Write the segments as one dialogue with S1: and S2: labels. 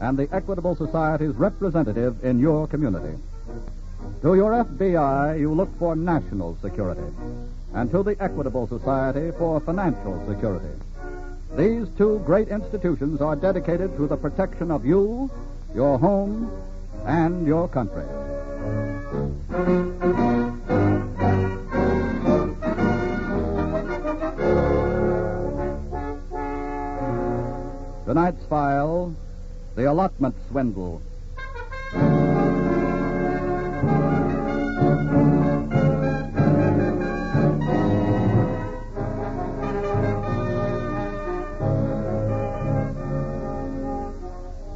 S1: and the Equitable Society's representative in your community. To your FBI, you look for national security, and to the Equitable Society for financial security. These two great institutions are dedicated to the protection of you, your home, and your country. Tonight's file The Allotment Swindle.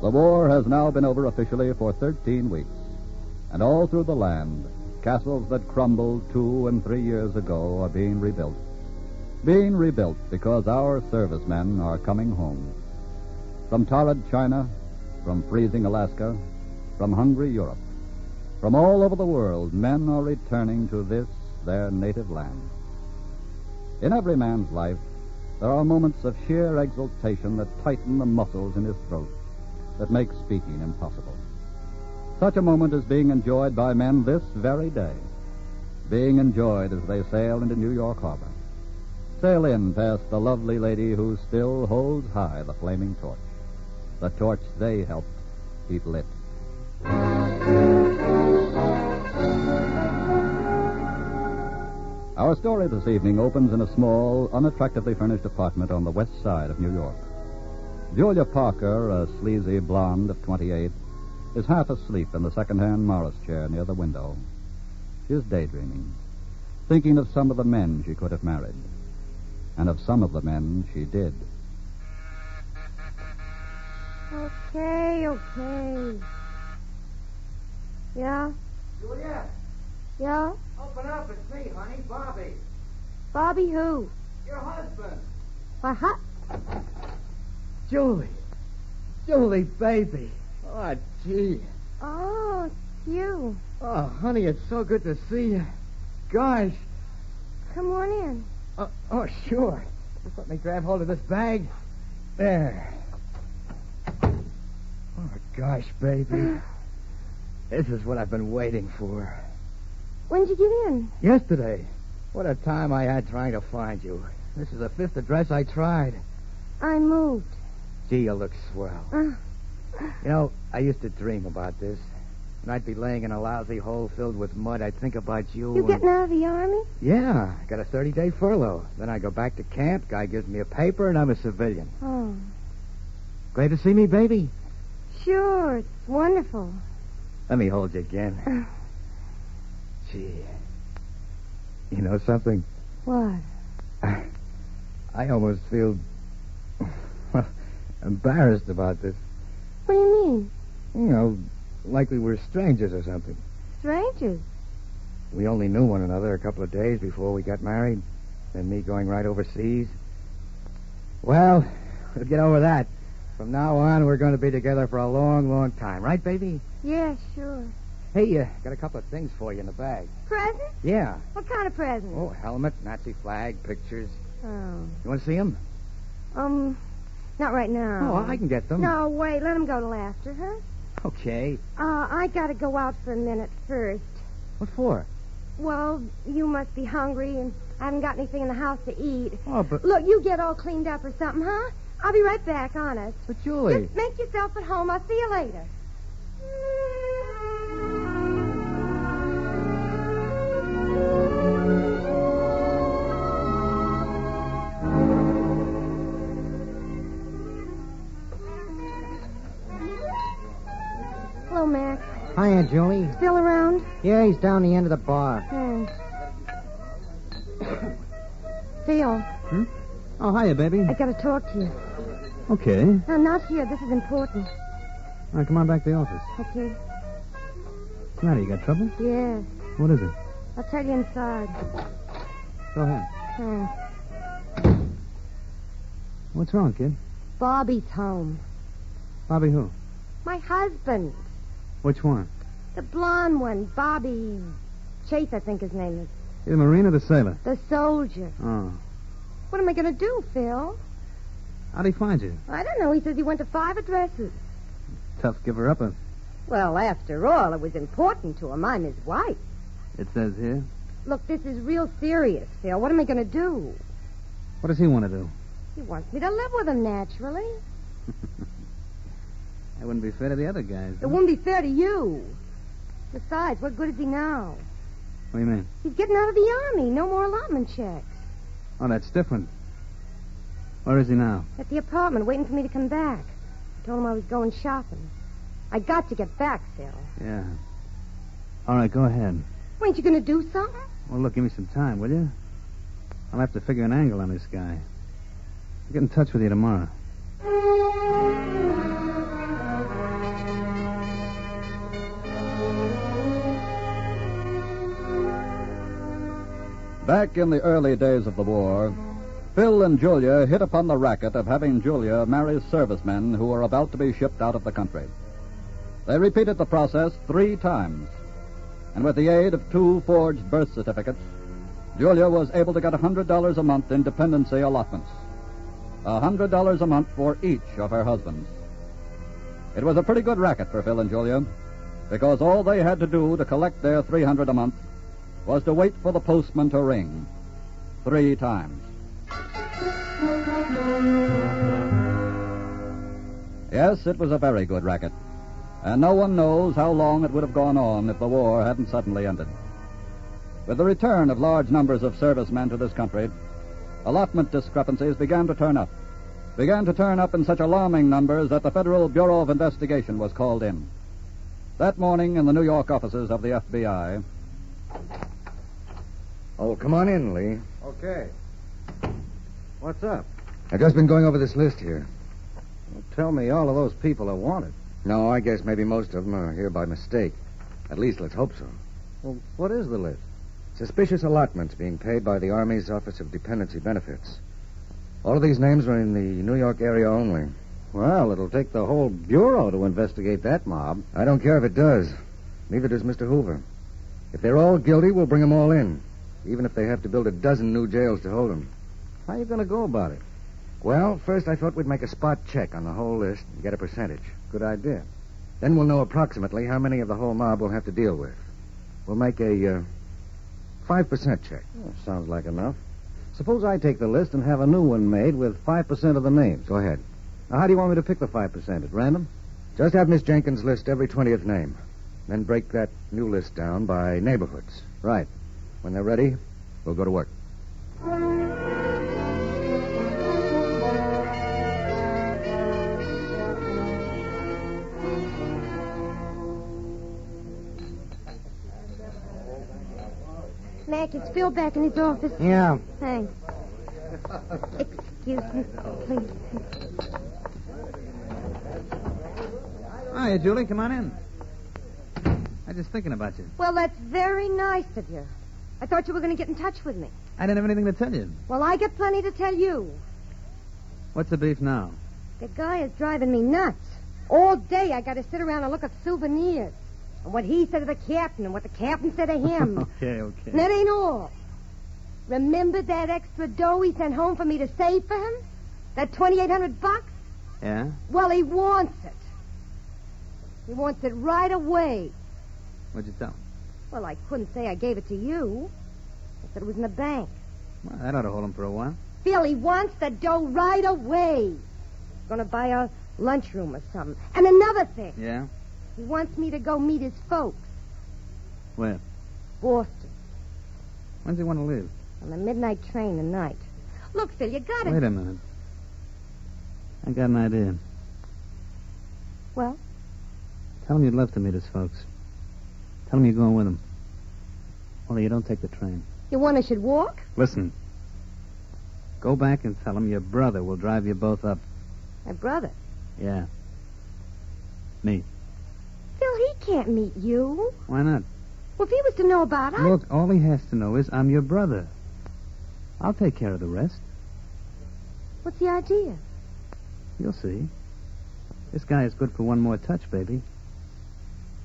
S1: The war has now been over officially for 13 weeks, and all through the land, castles that crumbled two and three years ago are being rebuilt. Being rebuilt because our servicemen are coming home. From torrid China, from freezing Alaska, from hungry Europe, from all over the world, men are returning to this, their native land. In every man's life, there are moments of sheer exultation that tighten the muscles in his throat that makes speaking impossible. Such a moment is being enjoyed by men this very day, being enjoyed as they sail into New York Harbor, sail in past the lovely lady who still holds high the flaming torch, the torch they helped keep lit. Our story this evening opens in a small, unattractively furnished apartment on the west side of New York. Julia Parker, a sleazy blonde of 28, is half asleep in the second-hand Morris chair near the window. She is daydreaming, thinking of some of the men she could have married, and of some of the men she did.
S2: Okay, okay. Yeah,
S3: Julia,
S2: yeah.
S3: open up. It's me, honey. Bobby.
S2: Bobby who?
S3: Your husband.
S2: Why, huh?
S3: Julie. Julie, baby. Oh, gee.
S2: Oh, it's you.
S3: Oh, honey, it's so good to see you. Gosh.
S2: Come on in.
S3: Oh, oh, sure. Just let me grab hold of this bag. There. Oh, gosh, baby. This is what I've been waiting for.
S2: When'd you get in?
S3: Yesterday. What a time I had trying to find you. This is the fifth address I tried.
S2: I moved.
S3: Gee, you look swell.
S2: Uh,
S3: You know, I used to dream about this. And I'd be laying in a lousy hole filled with mud. I'd think about you.
S2: you
S3: and...
S2: getting out of the army?
S3: Yeah, I got a 30 day furlough. Then I go back to camp. Guy gives me a paper, and I'm a civilian.
S2: Oh,
S3: Glad to see me, baby.
S2: sure. It's wonderful.
S3: Let me hold you again. Gee. You know something?
S2: What?
S3: I almost feel. well, embarrassed about this.
S2: What do you mean?
S3: You know, like we were strangers or something.
S2: Strangers?
S3: We only knew one another a couple of days before we got married, and me going right overseas. Well, we'll get over that. From now on, we're going to be together for a long, long time, right, baby?
S2: Yeah, sure.
S3: Hey, uh, got a couple of things for you in the bag.
S2: Present?
S3: Yeah.
S2: What kind of present?
S3: Oh, helmet, Nazi flag, pictures.
S2: Oh.
S3: You want to see them?
S2: Um, not right now.
S3: Oh, I can get them.
S2: No, wait. Let him go till after, huh?
S3: Okay.
S2: Uh, I gotta go out for a minute first.
S3: What for?
S2: Well, you must be hungry, and I haven't got anything in the house to eat.
S3: Oh, but,
S2: Look, you get all cleaned up or something, huh? I'll be right back, honest.
S3: but Julie.
S2: Just make yourself at home. I'll see you later. Hello, Max.
S3: Hi, Aunt Julie.
S2: Still around?
S3: Yeah, he's down the end of the bar.
S2: Thanks. Phil,
S4: Oh, hiya, baby.
S2: I gotta talk to you.
S4: Okay.
S2: No, not here. This is important.
S4: All right, come on back to the office.
S2: Okay.
S4: What's the matter? You got trouble?
S2: Yes.
S4: What is it?
S2: I'll tell you inside. Hmm.
S4: Go ahead.
S2: Thanks.
S4: What's wrong, kid?
S2: Bobby's home.
S4: Bobby who?
S2: My husband.
S4: Which one?
S2: The blonde one, Bobby Chase, I think his name is.
S4: The Marine or the sailor?
S2: The soldier.
S4: Oh.
S2: What am I gonna do, Phil?
S4: How'd he find you?
S2: I don't know. He says he went to five addresses.
S4: Tough giver upper.
S2: Well, after all, it was important to him. I'm his wife.
S4: It says here.
S2: Look, this is real serious, Phil. What am I gonna do?
S4: What does he want to do?
S2: He wants me to live with him, naturally.
S4: That wouldn't be fair to the other guys.
S2: It
S4: huh?
S2: wouldn't be fair to you. Besides, what good is he now?
S4: What do you mean?
S2: He's getting out of the army. No more allotment checks.
S4: Oh, that's different. Where is he now?
S2: At the apartment, waiting for me to come back. I told him I was going shopping. I got to get back, Phil.
S4: Yeah. All right, go ahead.
S2: Ain't you going to do something?
S4: Well, look, give me some time, will you? I'll have to figure an angle on this guy. I'll get in touch with you tomorrow.
S1: Back in the early days of the war, Phil and Julia hit upon the racket of having Julia marry servicemen who were about to be shipped out of the country. They repeated the process three times, and with the aid of two forged birth certificates, Julia was able to get $100 a month in dependency allotments. $100 a month for each of her husbands. It was a pretty good racket for Phil and Julia, because all they had to do to collect their 300 a month was to wait for the postman to ring three times. Yes, it was a very good racket, and no one knows how long it would have gone on if the war hadn't suddenly ended. With the return of large numbers of servicemen to this country, allotment discrepancies began to turn up, began to turn up in such alarming numbers that the Federal Bureau of Investigation was called in. That morning in the New York offices of the FBI,
S3: Oh, come on in, Lee.
S4: Okay. What's up?
S3: I've just been going over this list here.
S4: tell me all of those people are wanted.
S3: No, I guess maybe most of them are here by mistake. At least let's hope so.
S4: Well, what is the list?
S3: Suspicious allotments being paid by the Army's Office of Dependency Benefits. All of these names are in the New York area only.
S4: Well, it'll take the whole bureau to investigate that mob.
S3: I don't care if it does. Neither does Mr. Hoover. If they're all guilty, we'll bring them all in, even if they have to build a dozen new jails to hold them.
S4: How you going to go about it?
S3: Well, first I thought we'd make a spot check on the whole list and get a percentage.
S4: Good idea.
S3: Then we'll know approximately how many of the whole mob we'll have to deal with. We'll make a uh, 5% check.
S4: sounds like enough. Suppose I take the list and have a new one made with 5% of the names.
S3: Go ahead.
S4: Now, how do you want me to pick the 5%? At random?
S3: Just have Miss Jenkins list every 20th name. Then break that new list down by neighborhoods.
S4: Right.
S3: When they're ready, we'll go to work.
S2: Mac, it's Phil back in his office.
S3: Yeah.
S2: Thanks. Excuse me, please.
S4: Hiya, Julie. Come on in. I was just thinking about you.
S2: Well, that's very nice of you. I thought you were going to get in touch with me.
S4: I didn't have anything to tell you.
S2: Well, I got plenty to tell you.
S4: What's the beef now?
S2: The guy is driving me nuts. All day I got to sit around and look up souvenirs. And what he said to the captain and what the captain said to him.
S4: okay, okay.
S2: And that ain't all. Remember that extra dough he sent home for me to save for him? That 2800 bucks?
S4: Yeah?
S2: Well, he wants it. He wants it right away.
S4: What'd you tell him?
S2: Well, I couldn't say I gave it to you. I said it was in the bank.
S4: Well, that ought to hold him for a while.
S2: Phil, he wants the dough right away. Gonna buy a lunchroom or something. And another thing.
S4: Yeah?
S2: He wants me to go meet his folks.
S1: Where?
S2: Boston.
S1: When's he want to leave?
S2: On the midnight train tonight. Look, Phil, you gotta.
S1: Wait a minute. I got an idea.
S2: Well,
S1: Tell him you'd love to meet his folks. Tell him you're going with him. Only you don't take the train.
S2: you want I should walk?
S1: Listen. Go back and tell him your brother will drive you both up.
S2: My brother.
S1: Yeah.
S2: Phil, he can't meet you.
S1: Why not?
S2: Well, if he was to know about us.
S1: Look, all he has to know is I'm your brother. I'll take care of the rest.
S2: What's the idea?
S1: You'll see. This guy is good for one more touch, baby.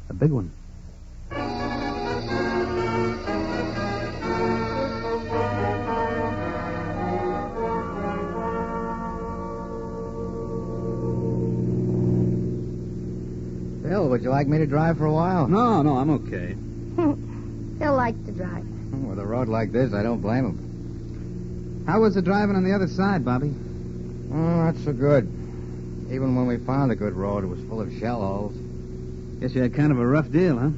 S1: A big one.
S3: Bill, would you like me to drive for a while?
S1: No, no, I'm okay.
S2: Phil likes to drive.
S3: With a road like this, I don't blame him.
S1: How was the driving on the other side, Bobby?
S3: Oh, not so good. Even when we found a good road, it was full of shell holes.
S1: Guess you had kind of a rough deal, huh?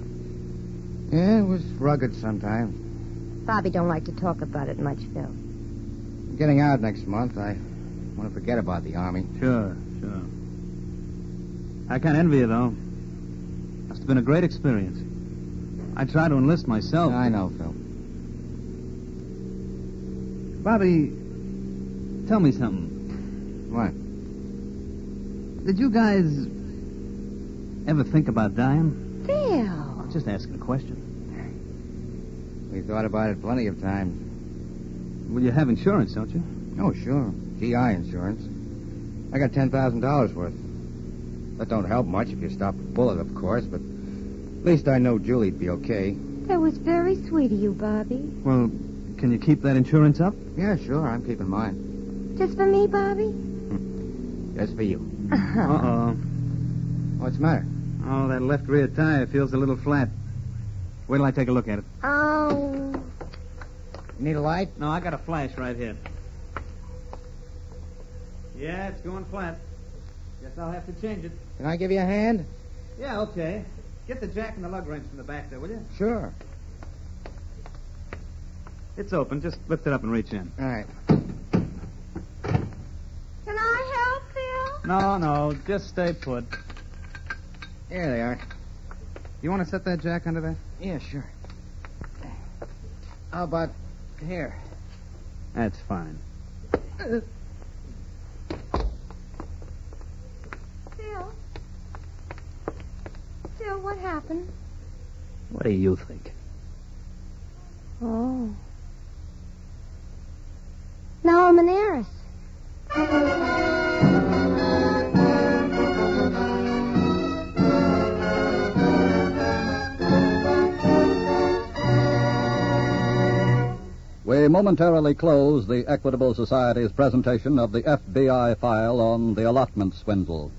S3: Yeah, it was rugged sometimes.
S2: Bobby don't like to talk about it much, Phil.
S3: Getting out next month, I want to forget about the Army.
S1: Sure, sure. I can't envy you, though. Must have been a great experience. I tried to enlist myself.
S3: I know, Phil.
S1: Bobby, tell me something.
S3: What?
S1: Did you guys ever think about dying?
S2: Phil.
S1: I'm just asking a question.
S3: We thought about it plenty of times.
S1: Well, you have insurance, don't you?
S3: Oh, sure. GI insurance. I got $10,000 worth. That don't help much if you stop a bullet, of course, but at least I know Julie'd be okay.
S2: That was very sweet of you, Bobby.
S1: Well, can you keep that insurance up?
S3: Yeah, sure. I'm keeping mine.
S2: Just for me, Bobby? Uh-huh.
S3: Just for you.
S1: Uh-oh.
S3: What's the matter?
S1: Uh-uh. Oh, that left rear tire feels a little flat. Wait till I take a look at it.
S2: Oh.
S3: You need a light?
S1: No, I got a flash right here. Yeah, it's going flat. Guess I'll have to change it.
S3: Can I give you a hand?
S1: Yeah, okay. Get the jack and the lug wrench from the back there, will you?
S3: Sure.
S1: It's open. Just lift it up and reach in.
S3: All right.
S2: Can I help, Phil?
S1: No, no, just stay put.
S3: Here they are.
S1: You want to set that jack under there?
S3: Yeah, sure. How about here?
S1: That's fine.
S2: Phil. Phil, what happened?
S1: What do you think?
S2: Oh. Now I'm an heiress.
S5: We momentarily close the Equitable Society's presentation of the FBI file on the allotment swindle.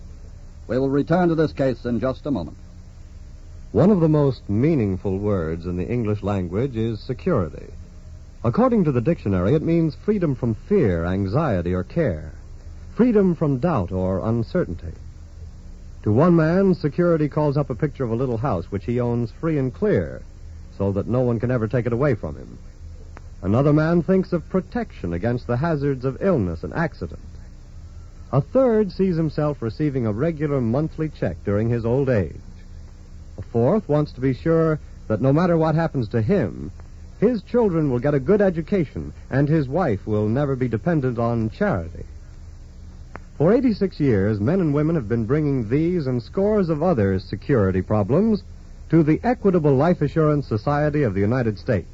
S5: We will return to this case in just a moment.
S6: One of the most meaningful words in the English language is security. According to the dictionary, it means freedom from fear, anxiety, or care, freedom from doubt or uncertainty. To one man, security calls up a picture of a little house which he owns free and clear, so that no one can ever take it away from him. Another man thinks of protection against the hazards of illness and accident. A third sees himself receiving a regular monthly check during his old age. A fourth wants to be sure that no matter what happens to him, his children will get a good education and his wife will never be dependent on charity. For 86 years, men and women have been bringing these and scores of other security problems to the Equitable Life Assurance Society of the United States.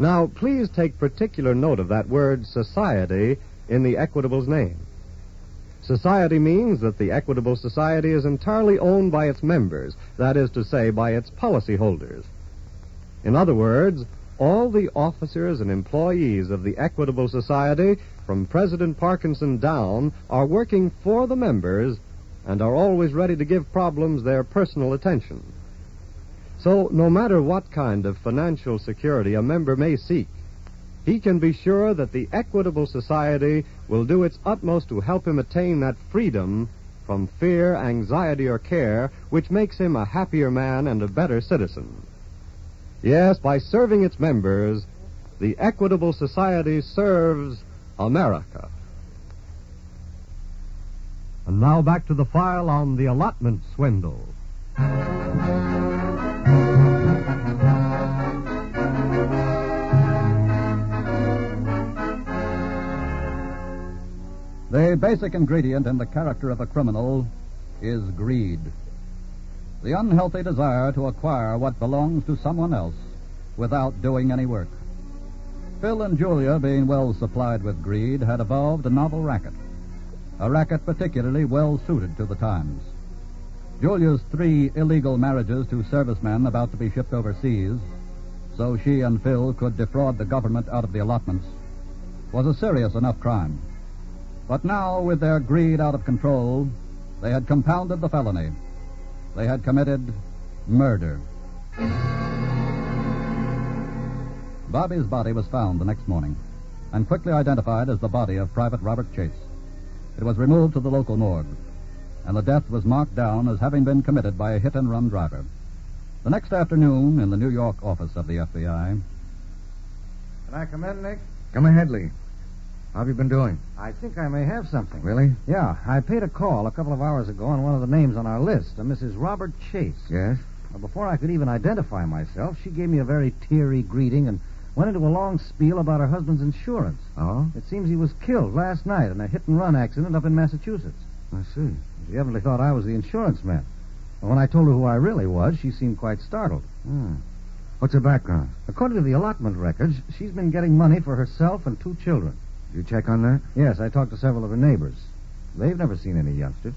S6: Now, please take particular note of that word society in the Equitable's name. Society means that the Equitable Society is entirely owned by its members, that is to say, by its policyholders. In other words, all the officers and employees of the Equitable Society, from President Parkinson down, are working for the members and are always ready to give problems their personal attention. So, no matter what kind of financial security a member may seek, he can be sure that the Equitable Society will do its utmost to help him attain that freedom
S7: from fear, anxiety, or care, which makes him a happier man and a better citizen. Yes, by serving its members, the Equitable Society serves America. And now back to the file on the allotment swindle.
S6: The basic ingredient in the character of a criminal is greed. The unhealthy desire to acquire what belongs to someone else without doing any work. Phil and Julia, being well supplied with greed, had evolved a novel racket. A racket particularly well suited to the times. Julia's three illegal marriages to servicemen about to be shipped overseas, so she and Phil could defraud the government out of the allotments, was a serious enough crime. But now, with their greed out of control, they had compounded the felony. They had committed murder. Bobby's body was found the next morning and quickly identified as the body of Private Robert Chase. It was removed to the local morgue, and the death was marked down as having been committed by a hit and run driver. The next afternoon, in the New York office of the FBI,
S3: Can I come in, Nick?
S8: Come ahead, Lee. How have you been doing?
S3: I think I may have something.
S8: Really?
S3: Yeah, I paid a call a couple of hours ago on one of the names on our list, a Mrs. Robert Chase.
S8: Yes?
S3: Well, before I could even identify myself, she gave me a very teary greeting and went into a long spiel about her husband's insurance.
S8: Oh?
S3: It seems he was killed last night in a hit and run accident up in Massachusetts.
S8: I see.
S3: She evidently thought I was the insurance man. But when I told her who I really was, she seemed quite startled.
S8: Hmm. What's her background?
S3: According to the allotment records, she's been getting money for herself and two children.
S8: Did you check on that?
S3: Yes, I talked to several of her neighbors. They've never seen any youngsters.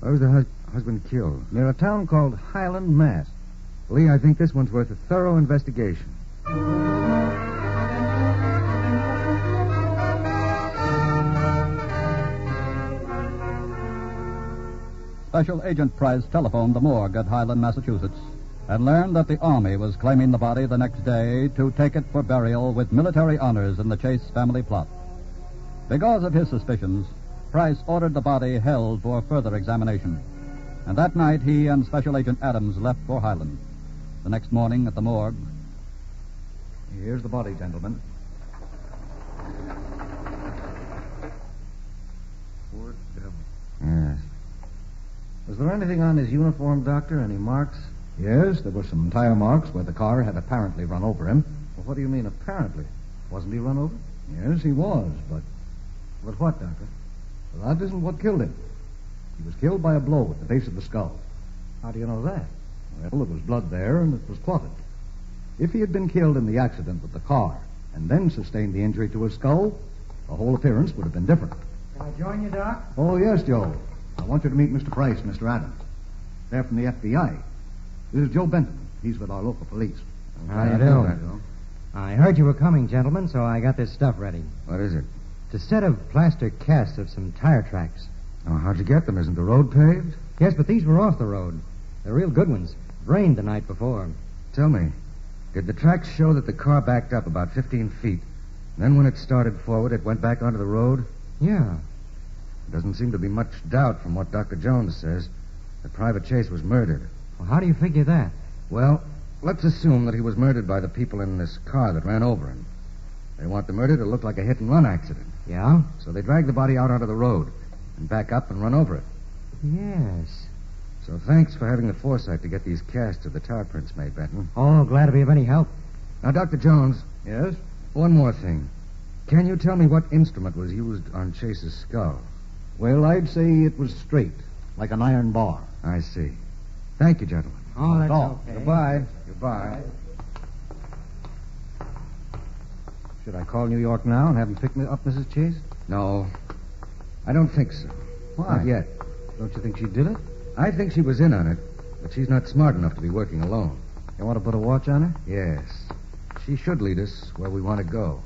S8: Where was the hus- husband killed?
S3: Near a town called Highland, Mass.
S8: Lee, I think this one's worth a thorough investigation.
S6: Special Agent Price telephoned the morgue at Highland, Massachusetts, and learned that the Army was claiming the body the next day to take it for burial with military honors in the Chase family plot. Because of his suspicions, Price ordered the body held for further examination. And that night, he and Special Agent Adams left for Highland. The next morning at the morgue. Here's the body, gentlemen.
S3: Poor devil.
S8: Yes.
S3: Was there anything on his uniform, Doctor? Any marks?
S6: Yes, there were some tire marks where the car had apparently run over him.
S3: Well, what do you mean, apparently? Wasn't he run over?
S6: Yes, he was, but
S3: But what, Doctor?
S6: that isn't what killed him. He was killed by a blow at the base of the skull.
S3: How do you know that?
S6: Well, there was blood there, and it was clotted. If he had been killed in the accident with the car and then sustained the injury to his skull, the whole appearance would have been different.
S3: Can I join you, Doc?
S6: Oh, yes, Joe. I want you to meet Mr. Price, Mr. Adams. They're from the FBI. This is Joe Benton. He's with our local police.
S3: How
S8: Ah,
S3: you doing? I heard you were coming, gentlemen, so I got this stuff ready.
S8: What is it?
S3: It's a set of plaster casts of some tire tracks.
S8: Oh, how'd you get them? Isn't the road paved?
S3: Yes, but these were off the road. They're real good ones. It rained the night before.
S8: Tell me, did the tracks show that the car backed up about 15 feet? Then when it started forward, it went back onto the road?
S3: Yeah.
S8: There doesn't seem to be much doubt from what Dr. Jones says that Private Chase was murdered.
S3: Well, how do you figure that?
S8: Well, let's assume that he was murdered by the people in this car that ran over him. They want the murder to look like a hit and run accident.
S3: Yeah?
S8: So they drag the body out onto the road and back up and run over it.
S3: Yes.
S8: So thanks for having the foresight to get these casts of the tire prints made, Benton.
S3: Oh, glad to be of any help.
S8: Now, Dr. Jones,
S3: Yes?
S8: one more thing. Can you tell me what instrument was used on Chase's skull?
S6: Well, I'd say it was straight, like an iron bar.
S8: I see. Thank you, gentlemen.
S3: Oh, that's
S6: Oh,
S3: okay.
S8: Goodbye. Goodbye.
S3: Should I call New York now and have them pick me up, Mrs. Chase?
S8: No, I don't think so.
S3: Why?
S8: Not yet.
S3: Don't you think she did it?
S8: I think she was in on it, but she's not smart enough to be working alone.
S3: You want to put a watch on her?
S8: Yes. She should lead us where we want to go.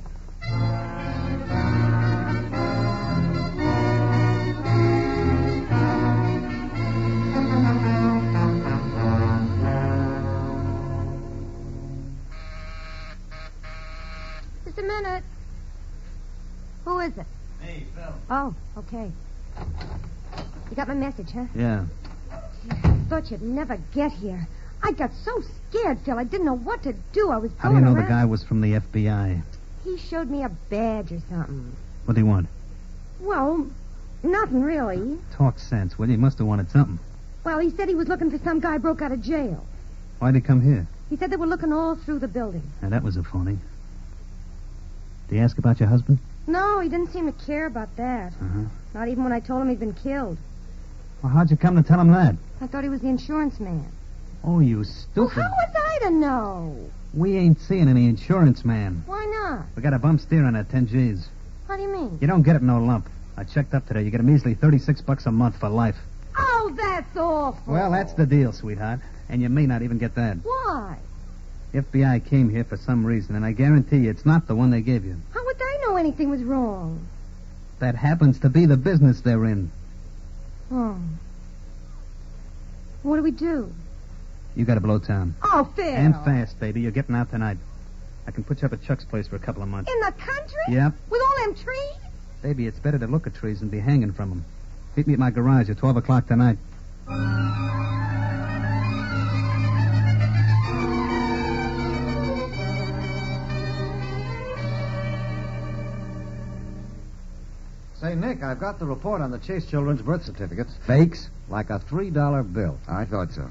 S2: Just a minute. Who is it?
S1: Hey, Phil.
S2: Oh, okay. You got my message, huh?
S1: Yeah.
S2: Thought you'd never get here. I got so scared, Phil. I didn't know what to do. I was
S1: How do you
S2: going
S1: know the
S2: around.
S1: guy was from the FBI?
S2: He showed me a badge or something.
S1: What do you want?
S2: Well, nothing really.
S1: Talk sense, will you? He must have wanted something.
S2: Well, he said he was looking for some guy broke out of jail.
S1: Why'd he come here?
S2: He said they were looking all through the building.
S1: Now, that was a phony. Did he ask about your husband?
S2: No, he didn't seem to care about that.
S1: Uh-huh.
S2: Not even when I told him he'd been killed.
S1: Well, how'd you come to tell him that?
S2: I thought he was the insurance man.
S1: Oh, you
S2: Well,
S1: stupid.
S2: how was I to know?
S1: We ain't seeing any insurance man.
S2: Why not?
S1: We got a bum steer on that 10 G's.
S2: How do you mean?
S1: You don't get it no lump. I checked up today. You get a measly 36 bucks a month for life.
S2: Oh, that's awful.
S1: Well, that's the deal, sweetheart. And you may not even get that.
S2: Why?
S1: The FBI came here for some reason, and I guarantee you it's not the one they gave you.
S2: How would I know anything was wrong?
S1: That happens to be the business they're in.
S2: Oh. What do we do?
S1: You gotta blow town.
S2: Oh, Phil.
S1: And fast, baby. You're getting out tonight. I can put you up at Chuck's place for a couple of months.
S2: In the country?
S1: Yep.
S2: With all them trees?
S1: Baby, it's better to look at trees than be hanging from them. Meet me at my garage at 12 o'clock tonight.
S6: Say, Nick, I've got the report on the Chase children's birth certificates. Fakes? Like a $3 bill. I thought so.